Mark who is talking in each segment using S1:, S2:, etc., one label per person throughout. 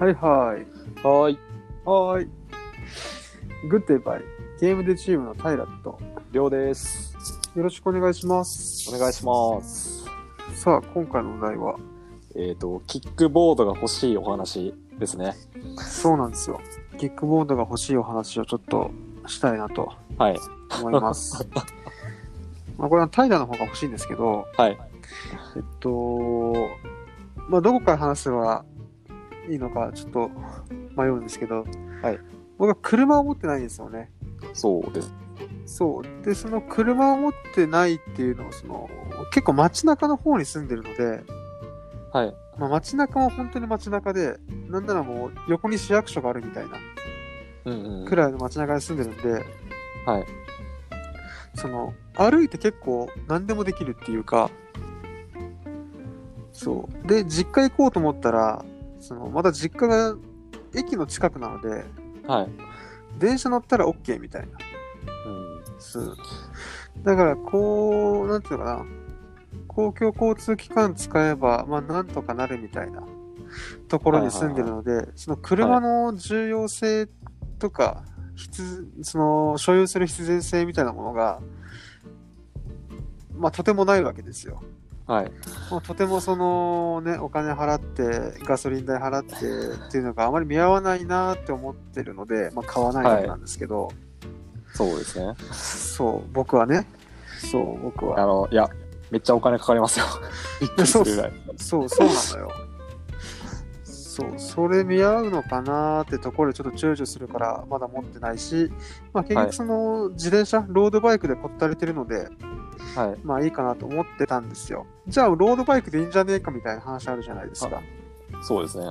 S1: はいはい。
S2: はーい。
S1: はーい。グッデバイ。ゲームでチームのタイラット。
S2: りょうです。
S1: よろしくお願いします。
S2: お願いします。
S1: さあ、今回のお題は、
S2: えっ、と、キックボードが欲しいお話ですね。
S1: そうなんですよ。キックボードが欲しいお話をちょっとしたいなと
S2: はい。
S1: 思い ます。まあこれはタイラの方が欲しいんですけど、
S2: はい。
S1: えっと、まあ、どこから話せばいいのかちょっと迷うんですけど、
S2: はい
S1: 僕は車を持ってないんですよね。
S2: そうです。
S1: そう。で、その車を持ってないっていうのを、その、結構街中の方に住んでるので、
S2: はい。
S1: まあ、街中は本当に街中で、なんならもう横に市役所があるみたいな
S2: うんうん。
S1: くらいの街中に住んでるんで、
S2: はい。
S1: その、歩いて結構何でもできるっていうか、そう。で、実家行こうと思ったら、その、また実家が駅の近くなので、
S2: はい。
S1: 電車乗ったら OK みたいな。
S2: うん。
S1: そうだからこうなんていうのかな公共交通機関使えばまあなんとかなるみたいなところに住んでるので、その車の重要性とか、必その所有する必然性みたいなものがまあとてもないわけですよ。
S2: はい。
S1: もうとてもそのねお金払ってガソリン代払ってっていうのがあまり見合わないなって思ってるので、まあ、買わないわけなんですけど、
S2: そうですね。
S1: そう僕はねそう僕は
S2: あの、いや、めっちゃお金かかりますよ。びっくりするぐらい。
S1: そうそうなのよ。そう、それ見合うのかなーってところでちょっと躊躇するから、まだ持ってないし、まあ結
S2: は
S1: 局
S2: い
S1: その自転車、ロードバイクでこったれてるので、
S2: はい。
S1: まあいいかなと思ってたんですよ。じゃあロードバイクでいいんじゃねえかみたいな話あるじゃないですか。
S2: そうですね。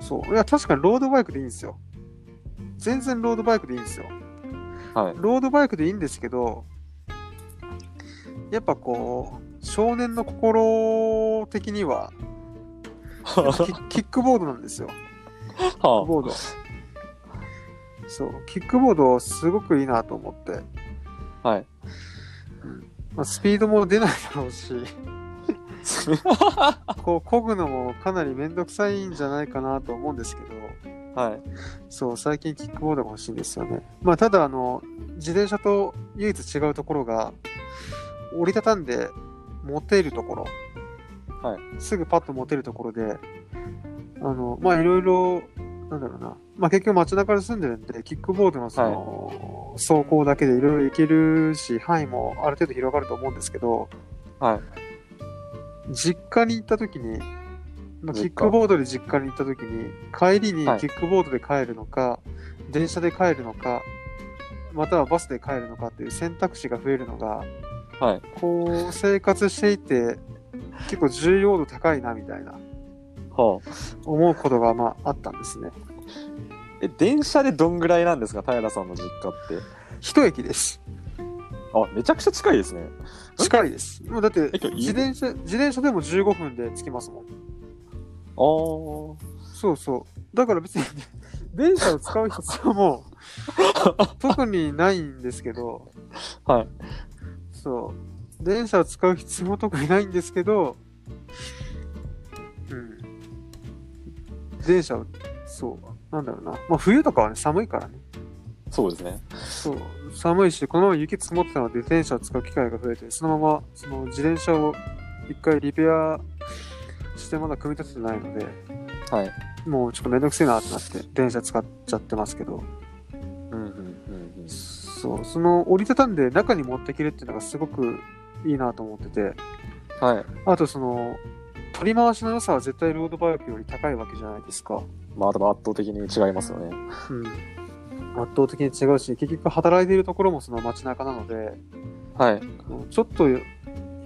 S1: そう、いや確かにロードバイクでいいんですよ。全然ロードバイクでいいんですよ。
S2: はい。
S1: ロードバイクでいいんですけど、やっぱこう、少年の心的には、キキックボードなんですよ。キック
S2: は
S1: ボード。そう、キックボードすごくいいなと思って、
S2: あ、はい。
S1: まあ、スピードも出ないだろうし、こう、漕ぐのもかなりめんどくさいんじゃないかなと思うんですけど、
S2: はい。
S1: そう、最近キックボードが欲しいんですよね。まあ、ただ、あの、自転車と唯一違うところが、折りたたんで持てるところ、
S2: はい
S1: すぐパッと持てるところで、あの、まあ、いろいろ、なんだろうな、まあ、結局街中に住んでるんで、キックボードのその、走行だけでいろいろ行けるし、範囲もある程度広がると思うんですけど、
S2: はい。
S1: 実家に行った時に、まあキ
S2: 実家
S1: ックボードで実家に行った時に帰りに
S2: はい
S1: キックボードで帰るのか、電車で帰るのかまたはバスで帰るのかっていう選択肢が増えるのが
S2: はい。
S1: こう生活していて結構重要度高いなみたいな
S2: はあ。
S1: 思うことがまああったんですね
S2: え、電車でどんぐらいなんですか平さんの実家って。
S1: 一駅です
S2: あ、めちゃくちゃ近いですね。
S1: 近いですもうだって
S2: え今日
S1: 自転車自転車でも15分で着きますもん
S2: ああ。
S1: そうそう。だから別に、 電車を使う必要も、特にないんですけど、
S2: はい。
S1: そう。電車を使う必要も特にないんですけど、うん。電車を、そう。なんだろうな。まあ冬とかはね、寒いからね。
S2: そうですね。
S1: そう。寒いし、このまま雪積もってたので、電車を使う機会が増えて、そのまま、その自転車を一回リペアしてまだ組み立ててないので、
S2: はい。
S1: もうちょっとめんどくせえなってなって、電車使っちゃってますけど、
S2: うんうんうん
S1: そう、その折りたたんで中に持ってきるっていうのがすごくいいなと思ってて、
S2: うん。はい。
S1: あとその、取り回しの良さは絶対ロードバイクより高いわけじゃないですか。
S2: まあ、でも圧倒的に違いますよね。
S1: うん。圧倒的に違うし、結局働いているところもその街中なので、
S2: はい。
S1: うんちょっと行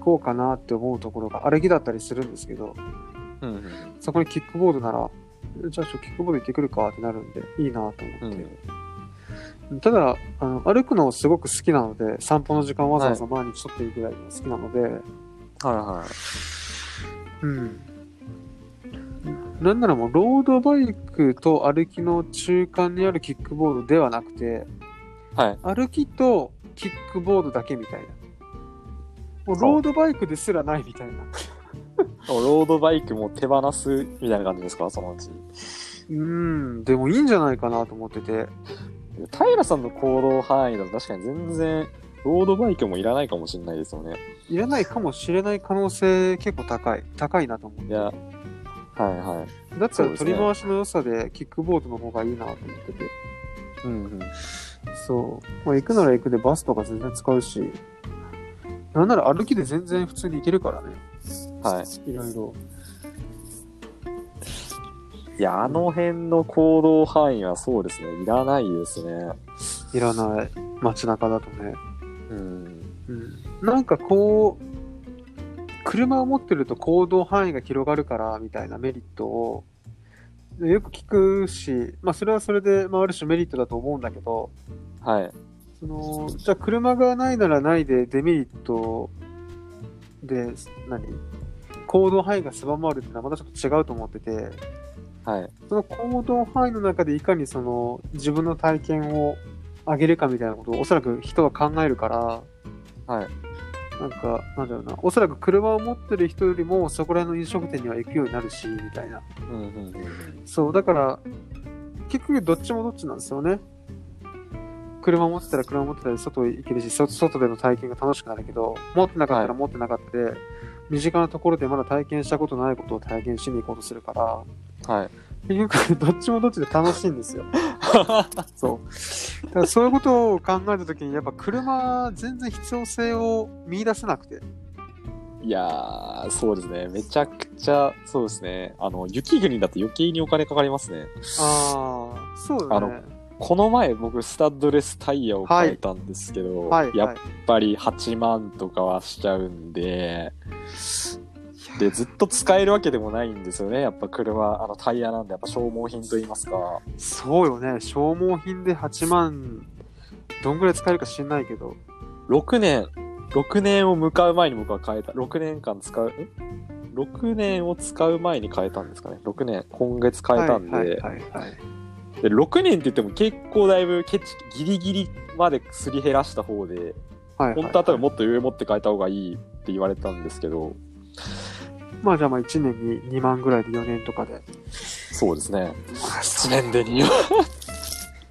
S1: こうかなって思うところが歩きだったりするんですけど、
S2: うんうん。
S1: そこにキックボードなら、じゃあちょっとキックボード行ってくるかってなるんで、いいなと思って。
S2: うん。
S1: ただあの歩くのすごく好きなので散歩の時間わざわざ毎日取っていくぐらい好きなので、
S2: はいはい。
S1: うんなんならもうロードバイクと歩きの中間にあるキックボードではなくて
S2: はい。
S1: 歩きとキックボードだけみたいなもう
S2: そう
S1: ロードバイクですらないみたいな
S2: ロードバイクも手放すみたいな感じですかそのうち。
S1: うん、でもいいんじゃないかなと思ってて。
S2: 平さんの行動範囲だと確かに全然、ロードバイクもいらないかもしれないですよね。
S1: いらないかもしれない可能性結構高い。高いなと思
S2: いや、はいは
S1: う。だった
S2: そう
S1: ら
S2: です
S1: 取
S2: ね
S1: り回しの良さでキックボードの方がいいなと思ってて。
S2: い。うんうん。
S1: そう。まあ、行くなら行くでバスとか全然使うし。なんなら歩きで全然普通に行けるからね。。
S2: はい
S1: いろいろ。
S2: い。いや、あの辺の行動範囲はそうですね、いらないですね。
S1: いらない。街中だとね。
S2: うん。
S1: うん。なんかこう、車を持ってると行動範囲が広がるから、みたいなメリットを、よく聞くし、まあそれはそれで、まあある種メリットだと思うんだけど、
S2: はい。
S1: そのじゃあ車がないならないでデメリットで何行動範囲が狭まるってのはまたちょっと違うと思ってて
S2: はい。
S1: その行動範囲の中でいかにその自分の体験を上げるかみたいなことをおそらく人は考えるから
S2: はい。
S1: なんかなんだろうなおそらく車を持ってる人よりもそこら辺の飲食店には行くようになるしみたいな
S2: うんうんうん。
S1: そうだから結局どっちもどっちなんですよね車持ってたら車持ってたら外へ行けるしそ外での体験が楽しくなるけど持ってなかったら
S2: はい
S1: 持ってなかったで、身近なところでまだ体験したことないことを体験しに行こうとするから
S2: はい。
S1: 結局どっちもどっちで楽しいんですよそうだからそういうことを考えた時にやっぱ車全然必要性を見出せなくて
S2: いやー、そうですね。めちゃくちゃ、そうですね。あの、雪国だと余計にお金かかりますね。
S1: ああそうだね
S2: この前僕、スタッドレスタイヤを変えたんですけど、
S1: はい
S2: や
S1: は
S2: っ
S1: い
S2: ぱり8万とかはしちゃうんで、で、ずっと使えるわけでもないんですよね。やっぱ車、あの、タイヤなんで、やっぱ消耗品と言いますか。
S1: そうよね消耗品で8万どんぐらい使えるか知んないけど
S2: 6年、6年を迎う前に僕は変えた。6年間使う、ん ?6 年を使う前に変えたんですかね。6年、今月変えたんで、
S1: はいはいはいはい
S2: で6年って言っても結構だいぶケチ、ギリギリまですり減らした方で、
S1: はいはい
S2: 本当は多分もっと上持って変えた方がいいって言われたんですけど、
S1: まあじゃあまあ1年に2万ぐらいで4年とかで
S2: そうですね。7年で2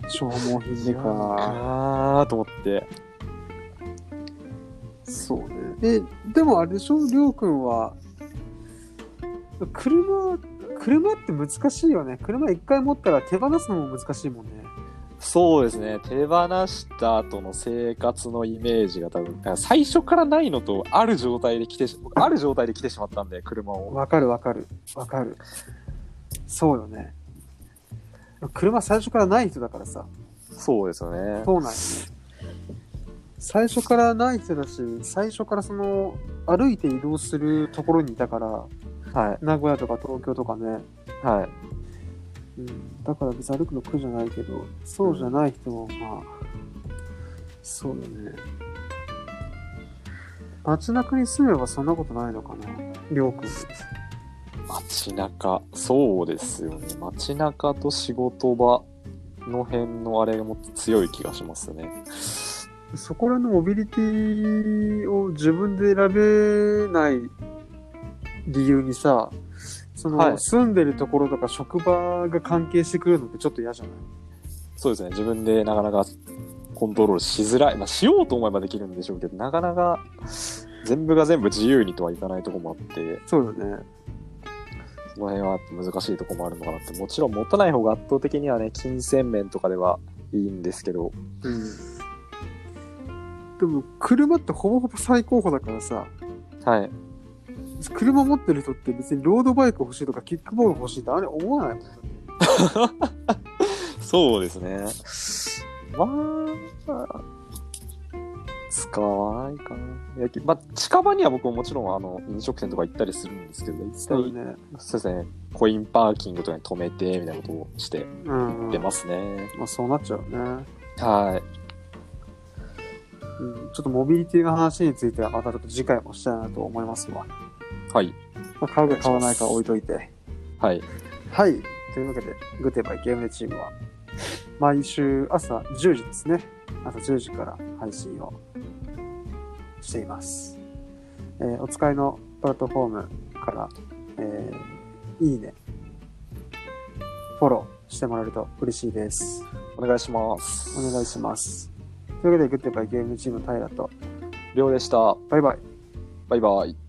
S1: 消耗品で
S2: 年
S1: か
S2: かーと思って。
S1: そうねえでもあれでしょりょうくんは車車って難しいよね車一回持ったら手放すのも難しいもんね
S2: そうですね。手放した後の生活のイメージが多分、だから最初からないのと、ある状態で来てし、僕ある状態で来てしまったんで、車を。
S1: わかるわかるわかるそうよね車最初からない人だからさ
S2: そうですよね。
S1: そうなんですね。最初からない人だし、最初からその、歩いて移動するところにいたから、
S2: は
S1: 名古屋とか東京とかね。
S2: い。はい。
S1: うん、だから別に歩くの苦じゃないけど、そうじゃない人もまあ、そうだね。街中に住めばそんなことないのかな、りょうくん。
S2: 街中。そうですよね。街中と仕事場の辺のあれも強い気がしますね。
S1: そこらのモビリティを自分で選べない理由にさ、その、
S2: はい
S1: 住んでるところとか職場が関係してくるのってちょっと嫌じゃない
S2: そうですね。自分でなかなかコントロールしづらい。まあ、しようと思えばできるんでしょうけど、なかなか全部が全部自由にとはいかないとこもあって、
S1: そうよね。
S2: その辺は難しいとこもあるのかなって。もちろん持たない方が圧倒的にはね、金銭面とかではいいんですけど。
S1: うん。でも、車ってほぼほぼ最高峰だからさ、
S2: はい。
S1: 車持ってる人って別にロードバイク欲しいとかキックボード欲しいってあれ思わないもんね
S2: そうですね。まあ、使わないかな。いやまあ、近場には僕ももちろんあの飲食店とか行ったりするんですけど、一
S1: そう
S2: 体、
S1: だね。
S2: そうですね、コインパーキングとかに止めて、みたいなことをして
S1: うん、うん。
S2: 出ますね。
S1: まあそうなっちゃうね。
S2: はい。
S1: うん。ちょっとモビリティの話についてはまたちょっと次回もしたいなと思いますわ。
S2: はい。
S1: まあ、買うか買わないか置いといて。
S2: はい。
S1: はい。というわけで、グテバイゲームネチームは、毎週朝10時ですね。朝10時から配信をしています。えーお使いのプラットフォームから、えーいいね、フォローしてもらえると嬉しいです。
S2: お願いします。
S1: お願いします。というわけで、グッドバイゲームチーム平と、
S2: りょうでした。
S1: バイバイ。
S2: バイバイ。